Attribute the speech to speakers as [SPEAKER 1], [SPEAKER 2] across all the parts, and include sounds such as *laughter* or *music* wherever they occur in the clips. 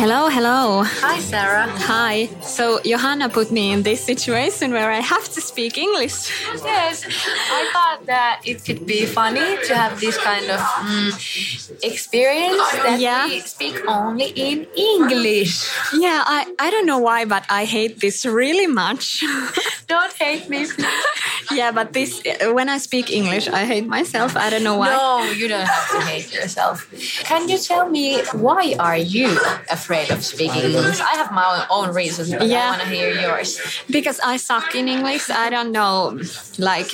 [SPEAKER 1] Hello, hello.
[SPEAKER 2] Hi, Sarah.
[SPEAKER 1] Hi. So, Johanna put me in this situation where I have to speak English.
[SPEAKER 2] Yes, I thought that it could be funny to have this kind of mm, experience that
[SPEAKER 1] Yeah.
[SPEAKER 2] we speak only in English.
[SPEAKER 1] Yeah, I, I don't know why, but I hate this really much. *laughs*
[SPEAKER 2] Don't hate me. please.
[SPEAKER 1] yeah, but this, when I speak English, I hate myself. I don't know why.
[SPEAKER 2] *laughs* No, you don't have to hate yourself. Can you tell me why are you afraid of speaking English? I have my own reasons, but I
[SPEAKER 1] Yeah.
[SPEAKER 2] want to hear yours.
[SPEAKER 1] because I suck in English. I don't know like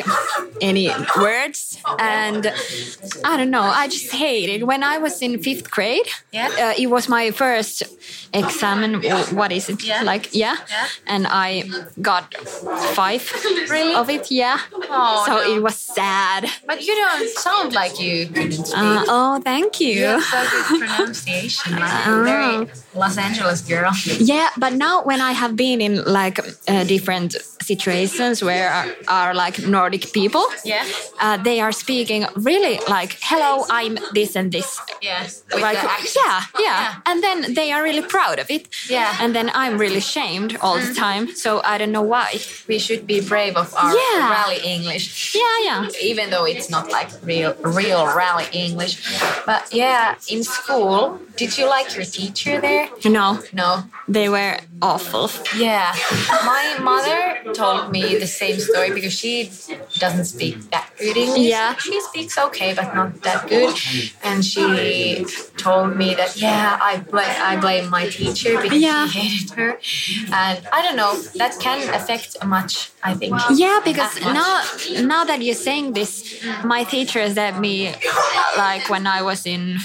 [SPEAKER 1] any words, and I don't know. I just hate it. When I was in fifth grade,
[SPEAKER 2] Yeah.
[SPEAKER 1] uh, it was my first exam. What is it
[SPEAKER 2] Yeah.
[SPEAKER 1] like? Yeah,
[SPEAKER 2] Yeah.
[SPEAKER 1] and I got five
[SPEAKER 2] Really?
[SPEAKER 1] of it. Yeah,
[SPEAKER 2] Oh,
[SPEAKER 1] so
[SPEAKER 2] no.
[SPEAKER 1] it was sad.
[SPEAKER 2] But you don't sound like you couldn't speak.
[SPEAKER 1] Uh, oh, thank you.
[SPEAKER 2] you have so good pronunciation. *laughs* I'm a very Los Angeles girl.
[SPEAKER 1] Yeah, but now when I have been in like uh, different situations where are, are like Nordic people,
[SPEAKER 2] Yeah.
[SPEAKER 1] uh, they are speaking really like "Hello, I'm this and this."
[SPEAKER 2] Yes. With
[SPEAKER 1] Like,
[SPEAKER 2] the accent.
[SPEAKER 1] yeah,
[SPEAKER 2] Yeah.
[SPEAKER 1] yeah, and then they are really proud of it.
[SPEAKER 2] Yeah. Mm-hmm.
[SPEAKER 1] and then I'm really shamed all the time, so I don't know why.
[SPEAKER 2] we should be brave of our
[SPEAKER 1] Yeah.
[SPEAKER 2] rally English.
[SPEAKER 1] Yeah, yeah,
[SPEAKER 2] Even though it's not like real, real rally English, but yeah, in school, did you like your teacher there?
[SPEAKER 1] no,
[SPEAKER 2] No.
[SPEAKER 1] they were awful.
[SPEAKER 2] Yeah, my mother told me the same story because she doesn't speak that good English.
[SPEAKER 1] Yeah.
[SPEAKER 2] she speaks okay, but not that good. And she told me that yeah, I blame I blame my teacher because
[SPEAKER 1] Yeah.
[SPEAKER 2] she hated her. And I don't know, that can affect much. I think.
[SPEAKER 1] Yeah, because
[SPEAKER 2] much.
[SPEAKER 1] now now that you're saying this, my teacher said me like when I was in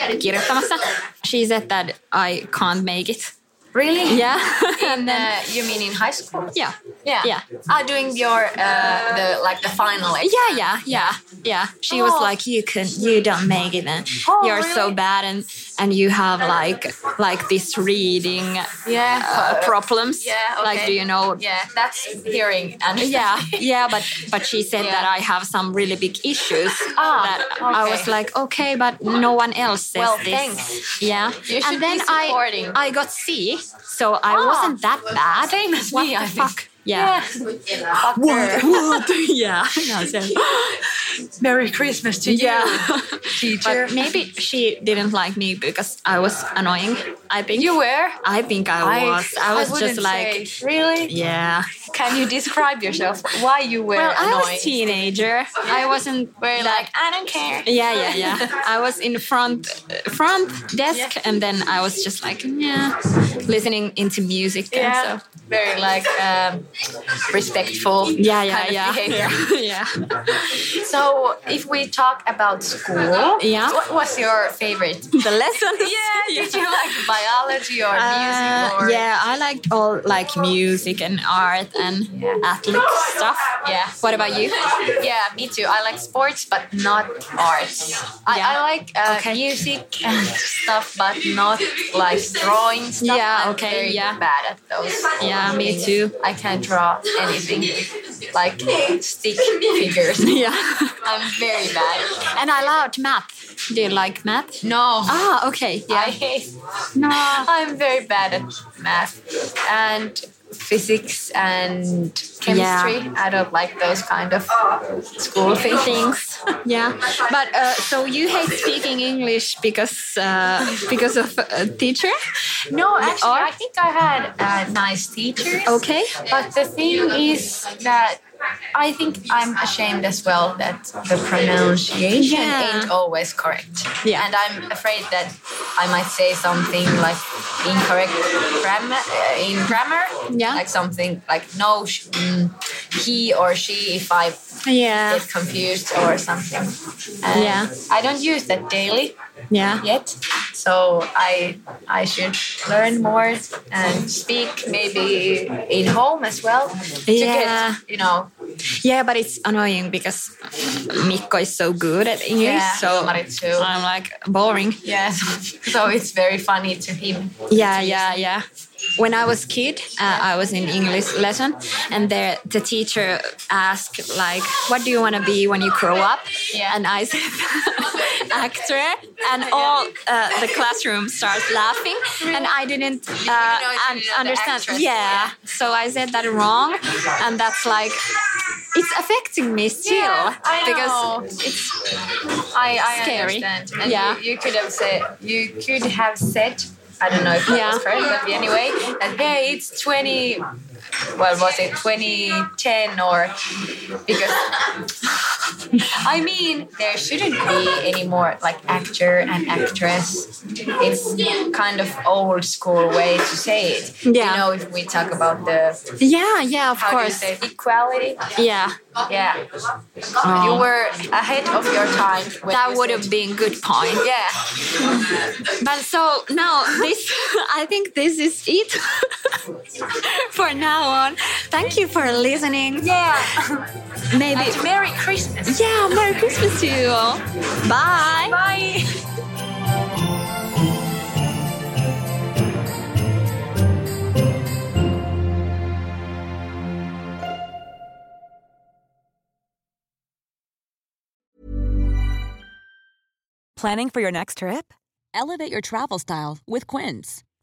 [SPEAKER 1] kirjoittamassa, she said that I can't make it.
[SPEAKER 2] Really?
[SPEAKER 1] Yeah, *laughs*
[SPEAKER 2] In,
[SPEAKER 1] and then
[SPEAKER 2] uh, you mean in high school?
[SPEAKER 1] yeah,
[SPEAKER 2] Yeah.
[SPEAKER 1] yeah.
[SPEAKER 2] Ah, doing your uh, the like the final. exam.
[SPEAKER 1] Yeah, yeah, yeah, yeah. She was
[SPEAKER 2] Oh.
[SPEAKER 1] like, "You can, you don't make it, and
[SPEAKER 2] Oh,
[SPEAKER 1] you're so
[SPEAKER 2] really?
[SPEAKER 1] bad, and and you have like like this reading
[SPEAKER 2] Yeah.
[SPEAKER 1] uh, problems.
[SPEAKER 2] yeah. Okay.
[SPEAKER 1] Like, do you know?
[SPEAKER 2] Yeah, that's hearing *laughs* and
[SPEAKER 1] yeah, yeah, But but she said
[SPEAKER 2] Yeah.
[SPEAKER 1] that I have some really big issues.
[SPEAKER 2] Ah,
[SPEAKER 1] that I was
[SPEAKER 2] okay.
[SPEAKER 1] like, okay, but no one else says
[SPEAKER 2] Well,
[SPEAKER 1] this.
[SPEAKER 2] thanks.
[SPEAKER 1] Yeah,
[SPEAKER 2] You should
[SPEAKER 1] and then
[SPEAKER 2] be
[SPEAKER 1] I
[SPEAKER 2] supporting.
[SPEAKER 1] I got C, so I
[SPEAKER 2] Ah.
[SPEAKER 1] wasn't that bad.
[SPEAKER 2] Same as
[SPEAKER 1] what
[SPEAKER 2] me,
[SPEAKER 1] the
[SPEAKER 2] I think.
[SPEAKER 1] fuck? Yeah.
[SPEAKER 2] Fuck her.
[SPEAKER 1] What? *laughs* yeah. No, so-
[SPEAKER 2] Merry Christmas to
[SPEAKER 1] yeah.
[SPEAKER 2] teacher.
[SPEAKER 1] But maybe she didn't like me because I was annoying. I think
[SPEAKER 2] you were.
[SPEAKER 1] I think I, was. I was just
[SPEAKER 2] wouldn't
[SPEAKER 1] like,
[SPEAKER 2] say. really?
[SPEAKER 1] yeah.
[SPEAKER 2] Can you describe yourself? Why you were
[SPEAKER 1] Well, I
[SPEAKER 2] annoying?
[SPEAKER 1] was teenager. I wasn't
[SPEAKER 2] Were
[SPEAKER 1] very
[SPEAKER 2] you like, I don't care.
[SPEAKER 1] yeah, yeah, yeah. I was in front uh, front desk, and then I was just like, yeah, listening into music. then,
[SPEAKER 2] Yeah.
[SPEAKER 1] so.
[SPEAKER 2] Very like um, respectful.
[SPEAKER 1] yeah, yeah,
[SPEAKER 2] kind of
[SPEAKER 1] yeah,
[SPEAKER 2] behavior.
[SPEAKER 1] *laughs* yeah.
[SPEAKER 2] So if we talk about school,
[SPEAKER 1] Yeah.
[SPEAKER 2] what was your favorite?
[SPEAKER 1] The *laughs* lessons.
[SPEAKER 2] Did you like biology or music?
[SPEAKER 1] Uh,
[SPEAKER 2] Or
[SPEAKER 1] yeah, I liked all like music and art and athletic stuff.
[SPEAKER 2] Yeah.
[SPEAKER 1] What about you?
[SPEAKER 2] Yeah, me too. I like sports, but not arts. I,
[SPEAKER 1] Yeah.
[SPEAKER 2] I like uh,
[SPEAKER 1] Okay.
[SPEAKER 2] music and stuff, but not like drawing stuff.
[SPEAKER 1] Yeah,
[SPEAKER 2] I'm
[SPEAKER 1] okay,
[SPEAKER 2] very
[SPEAKER 1] yeah.
[SPEAKER 2] bad at those.
[SPEAKER 1] Yeah, me
[SPEAKER 2] things.
[SPEAKER 1] too. *laughs*
[SPEAKER 2] I can't draw anything like stick figures.
[SPEAKER 1] *laughs* Yeah.
[SPEAKER 2] I'm very bad.
[SPEAKER 1] And I loved math. Do you like math?
[SPEAKER 2] No.
[SPEAKER 1] Ah, okay. Yeah.
[SPEAKER 2] I hate.
[SPEAKER 1] no.
[SPEAKER 2] I'm very bad at math and physics and chemistry. I don't like those kind of school things.
[SPEAKER 1] Yeah. But uh, so you hate speaking English because uh, because of a teacher?
[SPEAKER 2] No, actually,
[SPEAKER 1] Or-
[SPEAKER 2] I think I had uh, nice teachers.
[SPEAKER 1] Okay.
[SPEAKER 2] But the thing is that I think I'm ashamed as well that the pronunciation
[SPEAKER 1] Yeah.
[SPEAKER 2] ain't always correct.
[SPEAKER 1] Yeah.
[SPEAKER 2] And I'm afraid that I might say something like incorrect grammar uh, in grammar.
[SPEAKER 1] Yeah.
[SPEAKER 2] Like something like no, sh- mm, he or she. If I
[SPEAKER 1] Yeah.
[SPEAKER 2] get confused or something. And
[SPEAKER 1] Yeah.
[SPEAKER 2] I don't use that daily
[SPEAKER 1] Yeah.
[SPEAKER 2] yet. So I I should learn more and speak maybe in home as well to
[SPEAKER 1] Yeah.
[SPEAKER 2] get you know
[SPEAKER 1] Yeah, but it's annoying because Mikko is so good at English.
[SPEAKER 2] Yeah,
[SPEAKER 1] so
[SPEAKER 2] Mari too.
[SPEAKER 1] I'm like boring.
[SPEAKER 2] yeah *laughs* so, so it's very funny to him
[SPEAKER 1] Yeah, yeah, yeah. When I was kid, uh, I was in English lesson, and there the teacher asked like, "What do you want to be when you grow up?"
[SPEAKER 2] Yeah.
[SPEAKER 1] And I said, *laughs* "Actor," and all uh, the classroom starts laughing, and I didn't uh,
[SPEAKER 2] know it's
[SPEAKER 1] un-
[SPEAKER 2] another
[SPEAKER 1] understand.
[SPEAKER 2] actress,
[SPEAKER 1] Yeah, so I said that wrong, and that's like. It's affecting me still
[SPEAKER 2] Yeah, I know.
[SPEAKER 1] because it's
[SPEAKER 2] I, I
[SPEAKER 1] Scary.
[SPEAKER 2] understand and
[SPEAKER 1] Yeah.
[SPEAKER 2] you, you could have said you could have said I don't know if that
[SPEAKER 1] Yeah.
[SPEAKER 2] was correct but anyway that hey it's 20 well was it 2010 or because *laughs* I mean, there shouldn't be any more like actor and actress. It's kind of old school way to say it.
[SPEAKER 1] Yeah.
[SPEAKER 2] You know, if we talk about the
[SPEAKER 1] yeah, yeah, of
[SPEAKER 2] how do you
[SPEAKER 1] course,
[SPEAKER 2] say equality?
[SPEAKER 1] yeah.
[SPEAKER 2] Yeah. You were ahead of your time. When
[SPEAKER 1] That
[SPEAKER 2] you
[SPEAKER 1] would
[SPEAKER 2] said-
[SPEAKER 1] have been good
[SPEAKER 2] *laughs*
[SPEAKER 1] point.
[SPEAKER 2] Yeah.
[SPEAKER 1] But so now this, *laughs* I think this is it *laughs* for now on. Thank you for listening.
[SPEAKER 2] Yeah.
[SPEAKER 1] Maybe.
[SPEAKER 2] Merry Christmas.
[SPEAKER 1] Yeah, Merry Christmas to you all. Bye.
[SPEAKER 2] Bye.
[SPEAKER 3] Planning for your next trip? Elevate your travel style with Quince.